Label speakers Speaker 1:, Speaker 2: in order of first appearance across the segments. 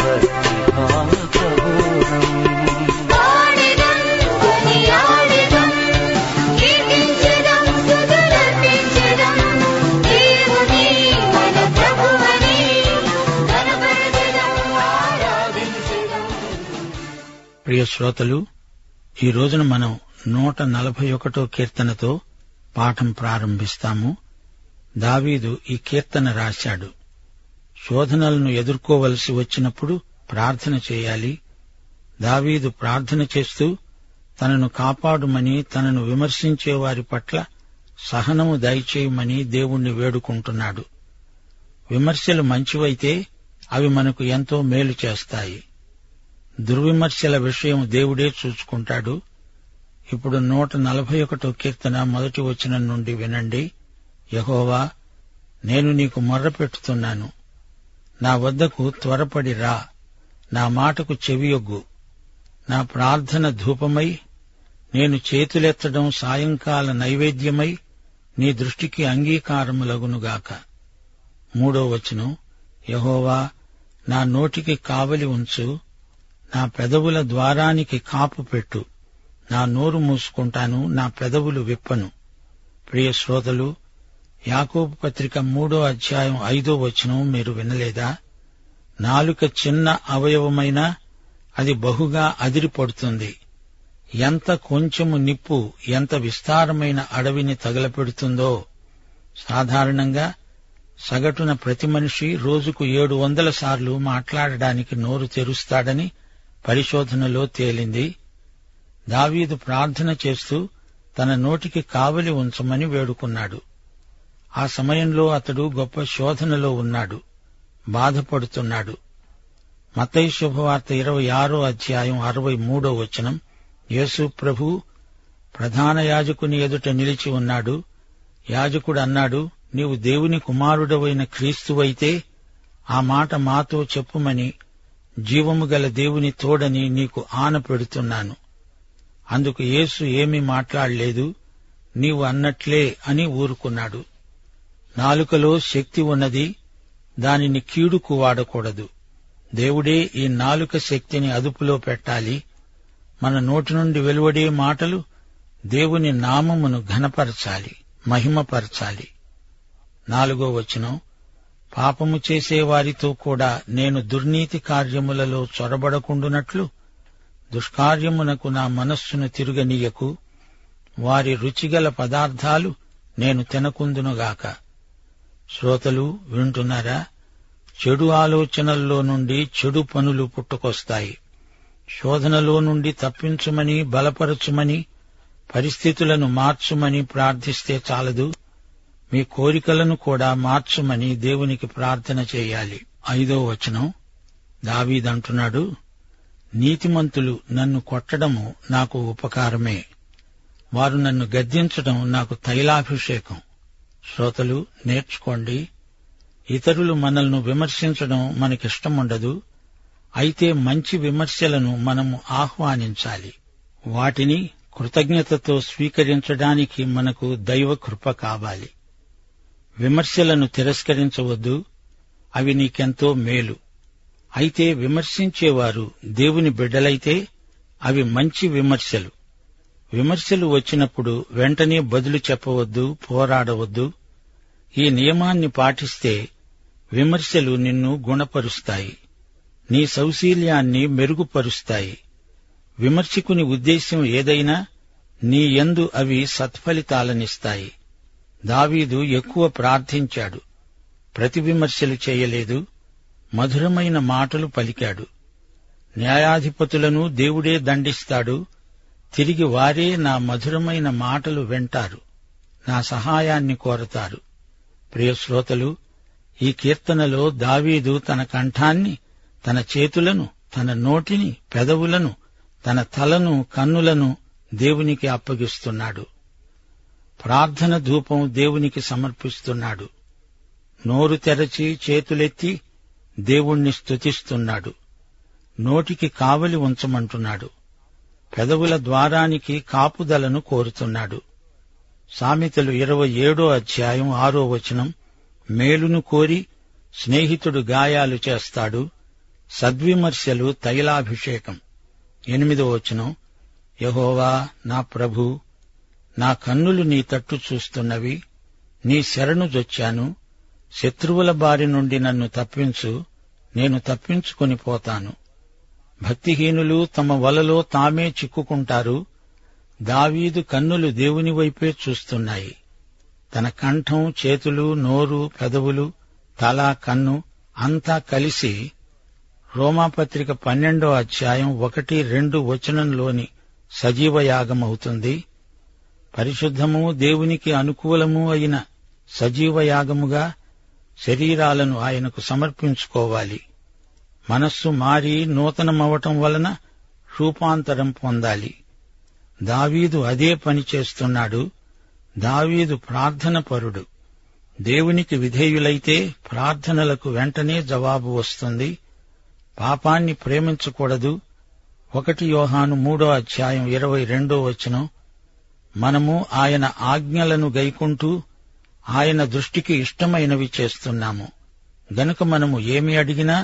Speaker 1: భక్తిభావబోధం
Speaker 2: ప్రియ శ్రోతలు ఈ రోజున మనం నూట నలభై ఒకటో కీర్తనతో పాఠం ప్రారంభిస్తాము దావీదు ఈ కీర్తన రాశాడు శోధనలను ఎదుర్కోవలసి వచ్చినప్పుడు ప్రార్థన చేయాలి దావీదు ప్రార్థన చేస్తూ తనను కాపాడుమని తనను విమర్శించే వారి పట్ల సహనము దయచేయమని దేవుణ్ణి వేడుకుంటున్నాడు విమర్శలు మంచివైతే అవి మనకు ఎంతో మేలు చేస్తాయి దుర్విమర్శల విషయం దేవుడే చూసుకుంటాడు ఇప్పుడు నూట నలభై ఒకటో కీర్తన మొదటి వచనం నుండి వినండి యహోవా నేను నీకు మొర్రపెట్టుతున్నాను నా వద్దకు త్వరపడి రా నా మాటకు చెవియొగ్గు నా ప్రార్థన ధూపమై నేను చేతులెత్తడం సాయంకాల నైవేద్యమై నీ దృష్టికి అంగీకారములగునుగాక మూడో వచనం యహోవా నా నోటికి కావలి ఉంచు నా పెదవుల ద్వారానికి కాపు పెట్టు నా నోరు మూసుకుంటాను నా పెదవులు విప్పను ప్రియ శ్రోతలు యాకోబు పత్రిక మూడో అధ్యాయం ఐదో వచనం మీరు వినలేదా నాలుక చిన్న అవయవమైన అది బహుగా అదిరిపడుతుంది ఎంత కొంచెము నిప్పు ఎంత విస్తారమైన అడవిని తగలపెడుతుందో సాధారణంగా సగటున ప్రతి మనిషి రోజుకు ఏడు వందల సార్లు మాట్లాడడానికి నోరు తెరుస్తాడని పరిశోధనలో తేలింది దావీదు ప్రార్థన చేస్తూ తన నోటికి కావలి ఉంచమని వేడుకున్నాడు ఆ సమయంలో అతడు గొప్ప శోధనలో ఉన్నాడు బాధపడుతున్నాడు మతయి శుభవార్త ఇరవై ఆరో అధ్యాయం అరవై మూడో వచనం యేసు ప్రభు ప్రధాన యాజకుని ఎదుట నిలిచి ఉన్నాడు యాజకుడు అన్నాడు నీవు దేవుని కుమారుడవైన క్రీస్తువైతే ఆ మాట మాతో చెప్పుమని జీవము గల దేవుని తోడని నీకు ఆన పెడుతున్నాను అందుకు యేసు ఏమీ మాట్లాడలేదు నీవు అన్నట్లే అని ఊరుకున్నాడు నాలుకలో శక్తి ఉన్నది దానిని కీడుకు వాడకూడదు దేవుడే ఈ నాలుక శక్తిని అదుపులో పెట్టాలి మన నోటి నుండి వెలువడే మాటలు దేవుని నామమును ఘనపరచాలి మహిమపరచాలి నాలుగో వచనం పాపము చేసే వారితో కూడా నేను దుర్నీతి కార్యములలో చొరబడకుండునట్లు దుష్కార్యమునకు నా మనస్సును తిరుగనీయకు వారి రుచిగల పదార్థాలు నేను తినకుందునుగాక శ్రోతలు వింటున్నారా చెడు ఆలోచనల్లో నుండి చెడు పనులు పుట్టుకొస్తాయి శోధనలో నుండి తప్పించుమని బలపరచుమని పరిస్థితులను మార్చుమని ప్రార్థిస్తే చాలదు మీ కోరికలను కూడా మార్చమని దేవునికి ప్రార్థన చేయాలి ఐదో వచనం దావీదంటున్నాడు నీతిమంతులు నన్ను కొట్టడము నాకు ఉపకారమే వారు నన్ను గద్దించడం నాకు తైలాభిషేకం శ్రోతలు నేర్చుకోండి ఇతరులు మనల్ని విమర్శించడం మనకిష్టముండదు అయితే మంచి విమర్శలను మనము ఆహ్వానించాలి వాటిని కృతజ్ఞతతో స్వీకరించడానికి మనకు దైవ కృప కావాలి విమర్శలను తిరస్కరించవద్దు అవి నీకెంతో మేలు అయితే విమర్శించేవారు దేవుని బిడ్డలైతే అవి మంచి విమర్శలు విమర్శలు వచ్చినప్పుడు వెంటనే బదులు చెప్పవద్దు పోరాడవద్దు ఈ నియమాన్ని పాటిస్తే విమర్శలు నిన్ను గుణపరుస్తాయి నీ సౌశీల్యాన్ని మెరుగుపరుస్తాయి విమర్శకుని ఉద్దేశ్యం ఏదైనా నీ యందు అవి సత్ఫలితాలనిస్తాయి దావీదు ఎక్కువ ప్రార్థించాడు ప్రతి విమర్శలు చేయలేదు మధురమైన మాటలు పలికాడు న్యాయాధిపతులను దేవుడే దండిస్తాడు తిరిగి వారే నా మధురమైన మాటలు వింటారు నా సహాయాన్ని కోరతారు ప్రియ శ్రోతలు ఈ కీర్తనలో దావీదు తన కంఠాన్ని తన చేతులను తన నోటిని పెదవులను తన తలను కన్నులను దేవునికి అప్పగిస్తున్నాడు ప్రార్థన ధూపం దేవునికి సమర్పిస్తున్నాడు నోరు తెరచి చేతులెత్తి దేవుణ్ణి స్తుతిస్తున్నాడు నోటికి కావలి ఉంచమంటున్నాడు పెదవుల ద్వారానికి కాపుదలను కోరుతున్నాడు సామెతలు ఇరవై ఏడో అధ్యాయం ఆరో వచనం మేలును కోరి స్నేహితుడు గాయాలు చేస్తాడు సద్విమర్శలు తైలాభిషేకం ఎనిమిదో వచనం యహోవా నా ప్రభు నా కన్నులు నీ తట్టు చూస్తున్నవి నీ శరణు జొచ్చాను శత్రువుల బారి నుండి నన్ను తప్పించు నేను తప్పించుకొని పోతాను భక్తిహీనులు తమ వలలో తామే చిక్కుకుంటారు దావీదు కన్నులు దేవుని వైపే చూస్తున్నాయి తన కంఠం చేతులు నోరు పెదవులు తల కన్ను అంతా కలిసి రోమాపత్రిక పన్నెండో అధ్యాయం ఒకటి రెండు వచనంలోని సజీవ యాగం అవుతుంది పరిశుద్ధము దేవునికి అనుకూలము అయిన సజీవ యాగముగా శరీరాలను ఆయనకు సమర్పించుకోవాలి మనస్సు మారి నూతనమవటం వలన రూపాంతరం పొందాలి దావీదు అదే పని చేస్తున్నాడు దావీదు ప్రార్థన పరుడు దేవునికి విధేయులైతే ప్రార్థనలకు వెంటనే జవాబు వస్తుంది పాపాన్ని ప్రేమించకూడదు ఒకటి యోహాను మూడో అధ్యాయం ఇరవై రెండో వచనం మనము ఆయన ఆజ్ఞలను గైకుంటూ ఆయన దృష్టికి ఇష్టమైనవి చేస్తున్నాము గనుక మనము ఏమి అడిగినా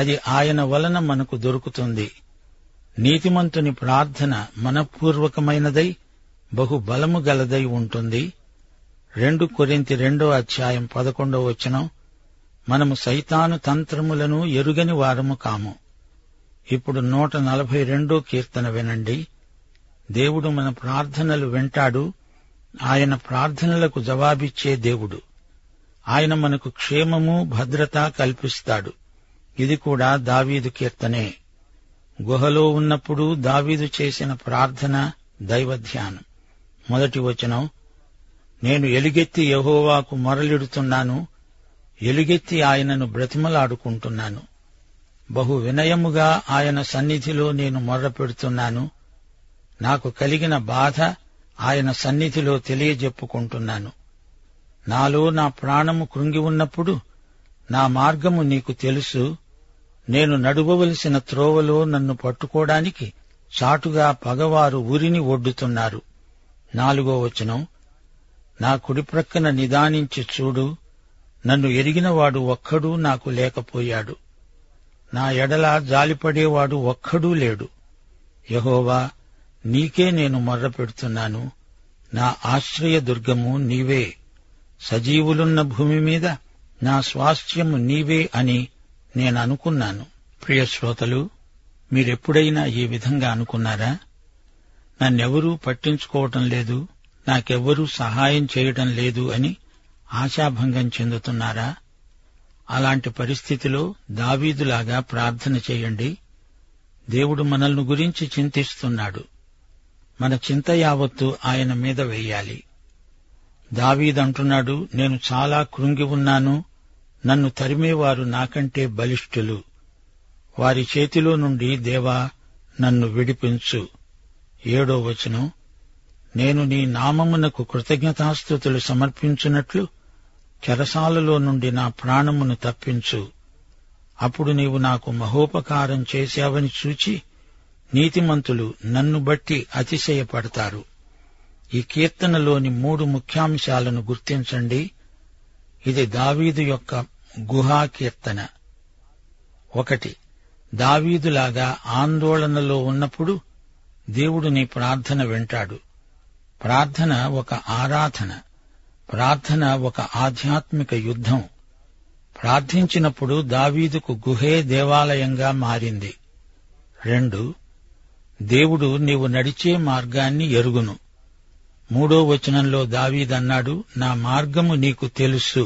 Speaker 2: అది ఆయన వలన మనకు దొరుకుతుంది నీతిమంతుని ప్రార్థన మనపూర్వకమైనదై బహు బలము గలదై ఉంటుంది రెండు కొరింతి రెండో అధ్యాయం పదకొండో వచనం మనము సైతాను తంత్రములను ఎరుగని వారము కాము ఇప్పుడు నూట నలభై రెండో కీర్తన వినండి దేవుడు మన ప్రార్థనలు వింటాడు ఆయన ప్రార్థనలకు జవాబిచ్చే దేవుడు ఆయన మనకు క్షేమము భద్రత కల్పిస్తాడు ఇది కూడా దావీదు కీర్తనే గుహలో ఉన్నప్పుడు దావీదు చేసిన ప్రార్థన దైవ ధ్యానం మొదటి వచనం నేను ఎలుగెత్తి యహోవాకు మొరలిడుతున్నాను ఎలుగెత్తి ఆయనను బ్రతిమలాడుకుంటున్నాను బహు వినయముగా ఆయన సన్నిధిలో నేను మొర్ర పెడుతున్నాను నాకు కలిగిన బాధ ఆయన సన్నిధిలో తెలియజెప్పుకుంటున్నాను నాలో నా ప్రాణము కృంగి ఉన్నప్పుడు నా మార్గము నీకు తెలుసు నేను నడువవలసిన త్రోవలో నన్ను పట్టుకోవడానికి చాటుగా పగవారు ఉరిని ఒడ్డుతున్నారు నాలుగో వచనం నా కుడిప్రక్కన నిదానించి చూడు నన్ను ఎరిగినవాడు ఒక్కడూ నాకు లేకపోయాడు నా ఎడల జాలిపడేవాడు ఒక్కడూ లేడు యహోవా నీకే నేను మొర్ర పెడుతున్నాను నా ఆశ్రయ దుర్గము నీవే సజీవులున్న భూమి మీద నా స్వాస్థ్యము నీవే అని నేను అనుకున్నాను ప్రియ శ్రోతలు మీరెప్పుడైనా ఈ విధంగా అనుకున్నారా నన్నెవరూ పట్టించుకోవటం లేదు నాకెవ్వరూ సహాయం చేయటం లేదు అని ఆశాభంగం చెందుతున్నారా అలాంటి పరిస్థితిలో దావీదులాగా ప్రార్థన చేయండి దేవుడు మనల్ని గురించి చింతిస్తున్నాడు మన చింత యావత్తు ఆయన మీద వేయాలి దావీదంటున్నాడు నేను చాలా కృంగి ఉన్నాను నన్ను తరిమేవారు నాకంటే బలిష్ఠులు వారి చేతిలో నుండి దేవా నన్ను విడిపించు ఏడో వచనం నేను నీ నామమునకు కృతజ్ఞతాస్థుతులు సమర్పించినట్లు చెరసాలలో నుండి నా ప్రాణమును తప్పించు అప్పుడు నీవు నాకు మహోపకారం చేశావని చూచి నీతిమంతులు నన్ను బట్టి అతిశయపడతారు ఈ కీర్తనలోని మూడు ముఖ్యాంశాలను గుర్తించండి ఇది దావీదు యొక్క గుహా కీర్తన ఒకటి దావీదులాగా ఆందోళనలో ఉన్నప్పుడు దేవుడు నీ ప్రార్థన వింటాడు ప్రార్థన ఒక ఆరాధన ప్రార్థన ఒక ఆధ్యాత్మిక యుద్ధం ప్రార్థించినప్పుడు దావీదుకు గుహే దేవాలయంగా మారింది రెండు దేవుడు నీవు నడిచే మార్గాన్ని ఎరుగును మూడో వచనంలో దావీదన్నాడు నా మార్గము నీకు తెలుసు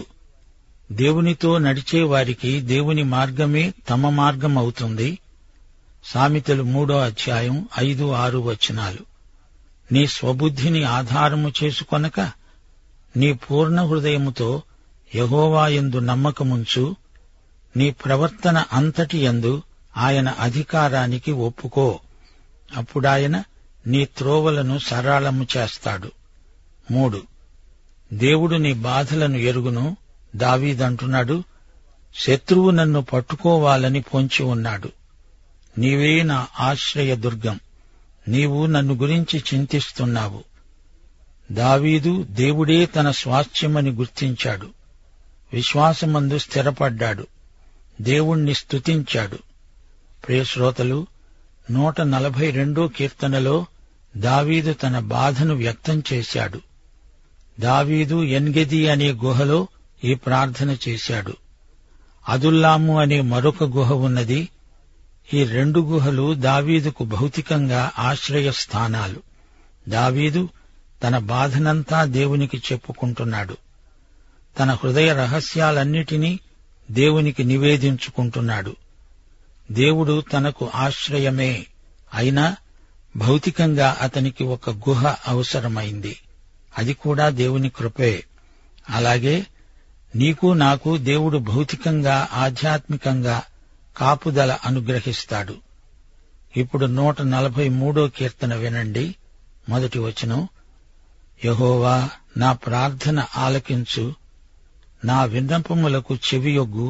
Speaker 2: దేవునితో నడిచే వారికి దేవుని మార్గమే తమ మార్గం అవుతుంది సామెతలు మూడో అధ్యాయం ఐదు ఆరు వచనాలు నీ స్వబుద్ధిని ఆధారము చేసుకొనక నీ పూర్ణ హృదయముతో యహోవాయందు నమ్మకముంచు నీ ప్రవర్తన అంతటి యందు ఆయన అధికారానికి ఒప్పుకో అప్పుడాయన నీ త్రోవలను సరళము చేస్తాడు మూడు దేవుడు నీ బాధలను ఎరుగును దావీదంటున్నాడు శత్రువు నన్ను పట్టుకోవాలని పొంచి ఉన్నాడు నీవే నా ఆశ్రయ దుర్గం నీవు నన్ను గురించి చింతిస్తున్నావు దావీదు దేవుడే తన స్వాస్థ్యమని గుర్తించాడు విశ్వాసమందు స్థిరపడ్డాడు దేవుణ్ణి స్తుతించాడు ప్రియశ్రోతలు నూట నలభై రెండో కీర్తనలో దావీదు తన బాధను వ్యక్తం చేశాడు దావీదు ఎన్గెది అనే గుహలో ఈ ప్రార్థన చేశాడు అదుల్లాము అనే మరొక గుహ ఉన్నది ఈ రెండు గుహలు దావీదుకు భౌతికంగా ఆశ్రయ స్థానాలు దావీదు తన బాధనంతా దేవునికి చెప్పుకుంటున్నాడు తన హృదయ రహస్యాలన్నిటినీ దేవునికి నివేదించుకుంటున్నాడు దేవుడు తనకు ఆశ్రయమే అయినా భౌతికంగా అతనికి ఒక గుహ అవసరమైంది అది కూడా దేవుని కృపే అలాగే నీకు నాకు దేవుడు భౌతికంగా ఆధ్యాత్మికంగా కాపుదల అనుగ్రహిస్తాడు ఇప్పుడు నూట నలభై మూడో కీర్తన వినండి మొదటి వచనం యహోవా నా ప్రార్థన ఆలకించు నా విన్నపములకు చెవియొగ్గు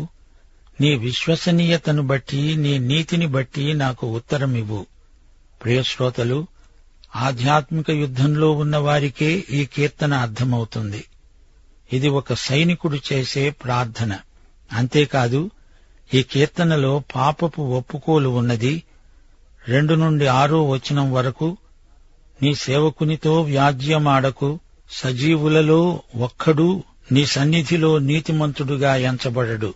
Speaker 2: నీ విశ్వసనీయతను బట్టి నీ నీతిని బట్టి నాకు ఉత్తరమివ్వు ప్రియశ్రోతలు ఆధ్యాత్మిక యుద్ధంలో ఉన్నవారికే ఈ కీర్తన అర్థమవుతుంది ఇది ఒక సైనికుడు చేసే ప్రార్థన అంతేకాదు ఈ కీర్తనలో పాపపు ఒప్పుకోలు ఉన్నది రెండు నుండి ఆరో వచనం వరకు నీ సేవకునితో వ్యాజ్యమాడకు సజీవులలో ఒక్కడు నీ సన్నిధిలో నీతిమంతుడుగా ఎంచబడడు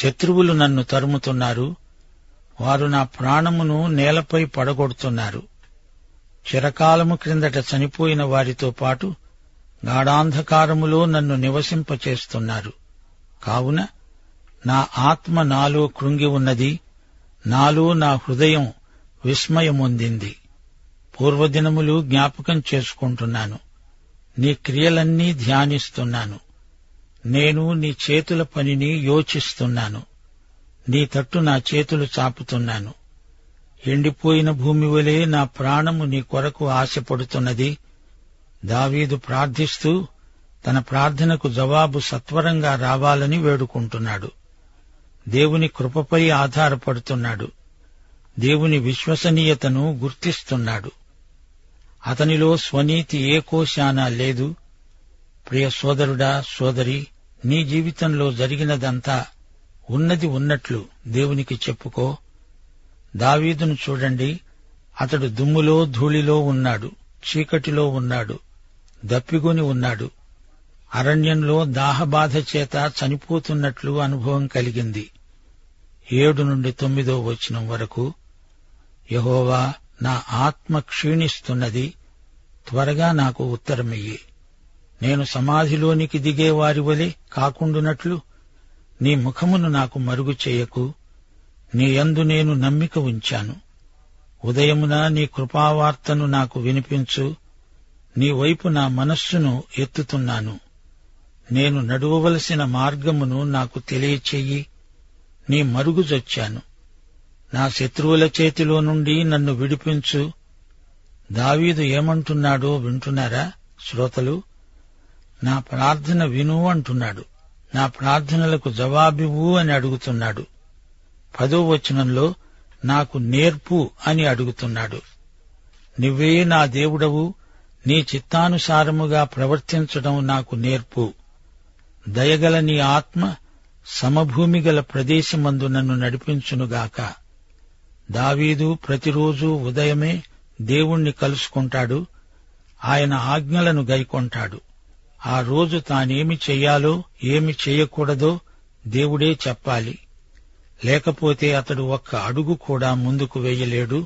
Speaker 2: శత్రువులు నన్ను తరుముతున్నారు వారు నా ప్రాణమును నేలపై పడగొడుతున్నారు చిరకాలము క్రిందట చనిపోయిన వారితో పాటు గాఢాంధకారములో నన్ను నివసింపచేస్తున్నారు కావున నా ఆత్మ నాలో కృంగి ఉన్నది నాలో నా హృదయం విస్మయమొందింది పూర్వదినములు జ్ఞాపకం చేసుకుంటున్నాను నీ క్రియలన్నీ ధ్యానిస్తున్నాను నేను నీ చేతుల పనిని యోచిస్తున్నాను నీ తట్టు నా చేతులు చాపుతున్నాను ఎండిపోయిన భూమి వలె నా ప్రాణము నీ కొరకు ఆశపడుతున్నది దావీదు ప్రార్థిస్తూ తన ప్రార్థనకు జవాబు సత్వరంగా రావాలని వేడుకుంటున్నాడు దేవుని కృపపై ఆధారపడుతున్నాడు దేవుని విశ్వసనీయతను గుర్తిస్తున్నాడు అతనిలో స్వనీతి ఏ కోశానా లేదు ప్రియ సోదరుడా సోదరి నీ జీవితంలో జరిగినదంతా ఉన్నది ఉన్నట్లు దేవునికి చెప్పుకో దావీదును చూడండి అతడు దుమ్ములో ధూళిలో ఉన్నాడు చీకటిలో ఉన్నాడు దప్పిగొని ఉన్నాడు అరణ్యంలో దాహబాధ చేత చనిపోతున్నట్లు అనుభవం కలిగింది ఏడు నుండి తొమ్మిదో వచనం వరకు యహోవా నా ఆత్మ క్షీణిస్తున్నది త్వరగా నాకు ఉత్తరమియ్యి నేను సమాధిలోనికి దిగే వారి వలె కాకుండునట్లు నీ ముఖమును నాకు మరుగు చేయకు నీ యందు నేను నమ్మిక ఉంచాను ఉదయమున నీ కృపావార్తను నాకు వినిపించు నీ వైపు నా మనస్సును ఎత్తుతున్నాను నేను నడువవలసిన మార్గమును నాకు తెలియచెయ్యి నీ మరుగుజొచ్చాను నా శత్రువుల చేతిలో నుండి నన్ను విడిపించు దావీదు ఏమంటున్నాడో వింటున్నారా శ్రోతలు నా ప్రార్థన విను అంటున్నాడు నా ప్రార్థనలకు జవాబివ్వు అని అడుగుతున్నాడు పదో వచనంలో నాకు నేర్పు అని అడుగుతున్నాడు నువ్వే నా దేవుడవు నీ చిత్తానుసారముగా ప్రవర్తించడం నాకు నేర్పు దయగల నీ ఆత్మ సమభూమి గల ప్రదేశమందు నన్ను నడిపించునుగాక దావీదు ప్రతిరోజు ఉదయమే దేవుణ్ణి కలుసుకుంటాడు ఆయన ఆజ్ఞలను గైకొంటాడు ఆ రోజు తానేమి చెయ్యాలో ఏమి చేయకూడదో దేవుడే చెప్పాలి లేకపోతే అతడు ఒక్క అడుగు కూడా ముందుకు వేయలేడు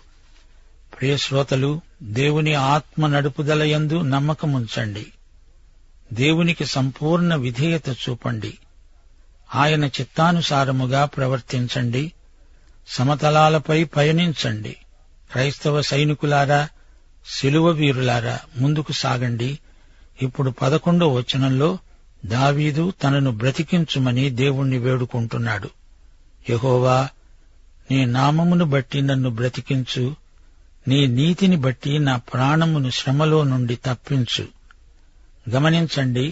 Speaker 2: ప్రియశ్రోతలు దేవుని ఆత్మ నడుపుదల యందు నమ్మకముంచండి దేవునికి సంపూర్ణ విధేయత చూపండి ఆయన చిత్తానుసారముగా ప్రవర్తించండి సమతలాలపై పయనించండి క్రైస్తవ సైనికులారా శిలువ వీరులారా ముందుకు సాగండి ఇప్పుడు పదకొండో వచనంలో దావీదు తనను బ్రతికించుమని దేవుణ్ణి వేడుకుంటున్నాడు యహోవా నీ నామమును బట్టి నన్ను బ్రతికించు నీ నీతిని బట్టి నా ప్రాణమును శ్రమలో నుండి తప్పించు గమనించండి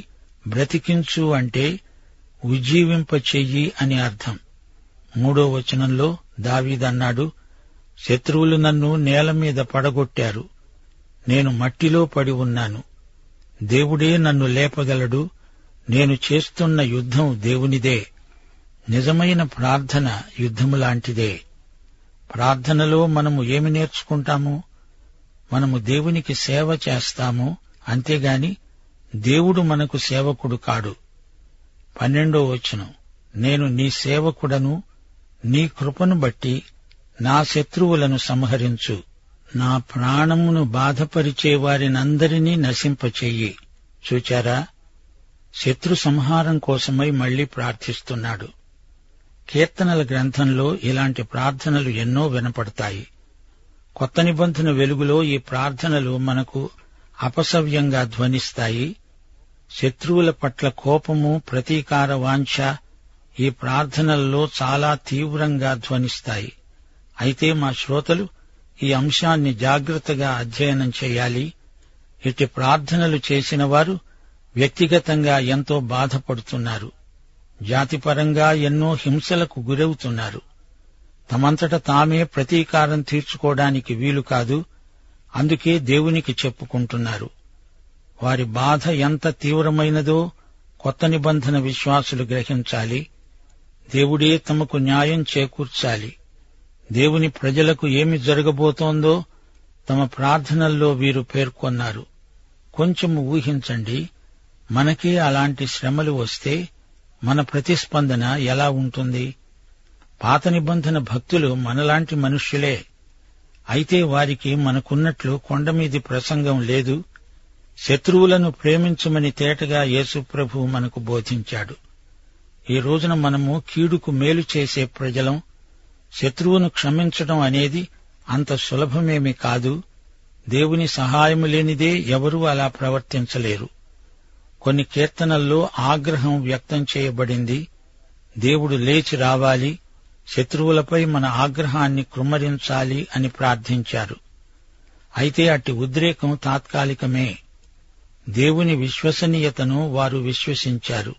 Speaker 2: బ్రతికించు అంటే ఉజ్జీవింప చెయ్యి అని అర్థం మూడో వచనంలో దావీదన్నాడు శత్రువులు నన్ను నేల మీద పడగొట్టారు నేను మట్టిలో పడి ఉన్నాను దేవుడే నన్ను లేపగలడు నేను చేస్తున్న యుద్ధం దేవునిదే నిజమైన ప్రార్థన యుద్ధము లాంటిదే ప్రార్థనలో మనము ఏమి నేర్చుకుంటాము మనము దేవునికి సేవ చేస్తాము అంతేగాని దేవుడు మనకు సేవకుడు కాడు పన్నెండో వచనం నేను నీ సేవకుడను నీ కృపను బట్టి నా శత్రువులను సంహరించు నా ప్రాణమును బాధపరిచే వారినందరినీ నశింపచేయి చూచారా శత్రు సంహారం కోసమై మళ్లీ ప్రార్థిస్తున్నాడు కీర్తనల గ్రంథంలో ఇలాంటి ప్రార్థనలు ఎన్నో వినపడతాయి కొత్త నిబంధన వెలుగులో ఈ ప్రార్థనలు మనకు అపసవ్యంగా ధ్వనిస్తాయి శత్రువుల పట్ల కోపము ప్రతీకార వాంఛ ఈ ప్రార్థనల్లో చాలా తీవ్రంగా ధ్వనిస్తాయి అయితే మా శ్రోతలు ఈ అంశాన్ని జాగ్రత్తగా అధ్యయనం చేయాలి ఇటు ప్రార్థనలు చేసిన వారు వ్యక్తిగతంగా ఎంతో బాధపడుతున్నారు జాతిపరంగా ఎన్నో హింసలకు గురవుతున్నారు తమంతట తామే ప్రతీకారం తీర్చుకోవడానికి వీలు కాదు అందుకే దేవునికి చెప్పుకుంటున్నారు వారి బాధ ఎంత తీవ్రమైనదో కొత్త నిబంధన విశ్వాసులు గ్రహించాలి దేవుడే తమకు న్యాయం చేకూర్చాలి దేవుని ప్రజలకు ఏమి జరగబోతోందో తమ ప్రార్థనల్లో వీరు పేర్కొన్నారు కొంచెం ఊహించండి మనకే అలాంటి శ్రమలు వస్తే మన ప్రతిస్పందన ఎలా ఉంటుంది పాత నిబంధన భక్తులు మనలాంటి మనుష్యులే అయితే వారికి మనకున్నట్లు కొండమీది ప్రసంగం లేదు శత్రువులను ప్రేమించమని తేటగా యేసుప్రభు మనకు బోధించాడు ఈ రోజున మనము కీడుకు మేలు చేసే ప్రజలం శత్రువును క్షమించడం అనేది అంత సులభమేమీ కాదు దేవుని సహాయము లేనిదే ఎవరూ అలా ప్రవర్తించలేరు కొన్ని కీర్తనల్లో ఆగ్రహం వ్యక్తం చేయబడింది దేవుడు లేచి రావాలి శత్రువులపై మన ఆగ్రహాన్ని కృమ్మరించాలి అని ప్రార్థించారు అయితే అట్టి ఉద్రేకం తాత్కాలికమే దేవుని విశ్వసనీయతను వారు విశ్వసించారు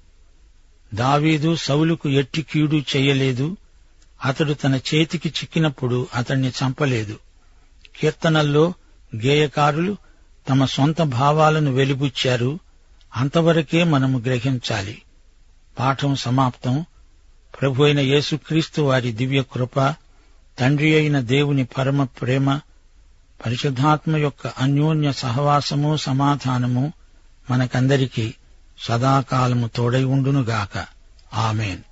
Speaker 2: దావీదు సౌలుకు ఎట్టి కీడు చేయలేదు అతడు తన చేతికి చిక్కినప్పుడు అతణ్ణి చంపలేదు కీర్తనల్లో గేయకారులు తమ సొంత భావాలను వెలిబుచ్చారు అంతవరకే మనము గ్రహించాలి పాఠం సమాప్తం ప్రభు అయిన యేసుక్రీస్తు వారి దివ్య కృప తండ్రి అయిన దేవుని పరమ ప్రేమ పరిశుద్ధాత్మ యొక్క అన్యోన్య సహవాసము సమాధానము మనకందరికీ సదాకాలము తోడై ఉండునుగాక ఆమెన్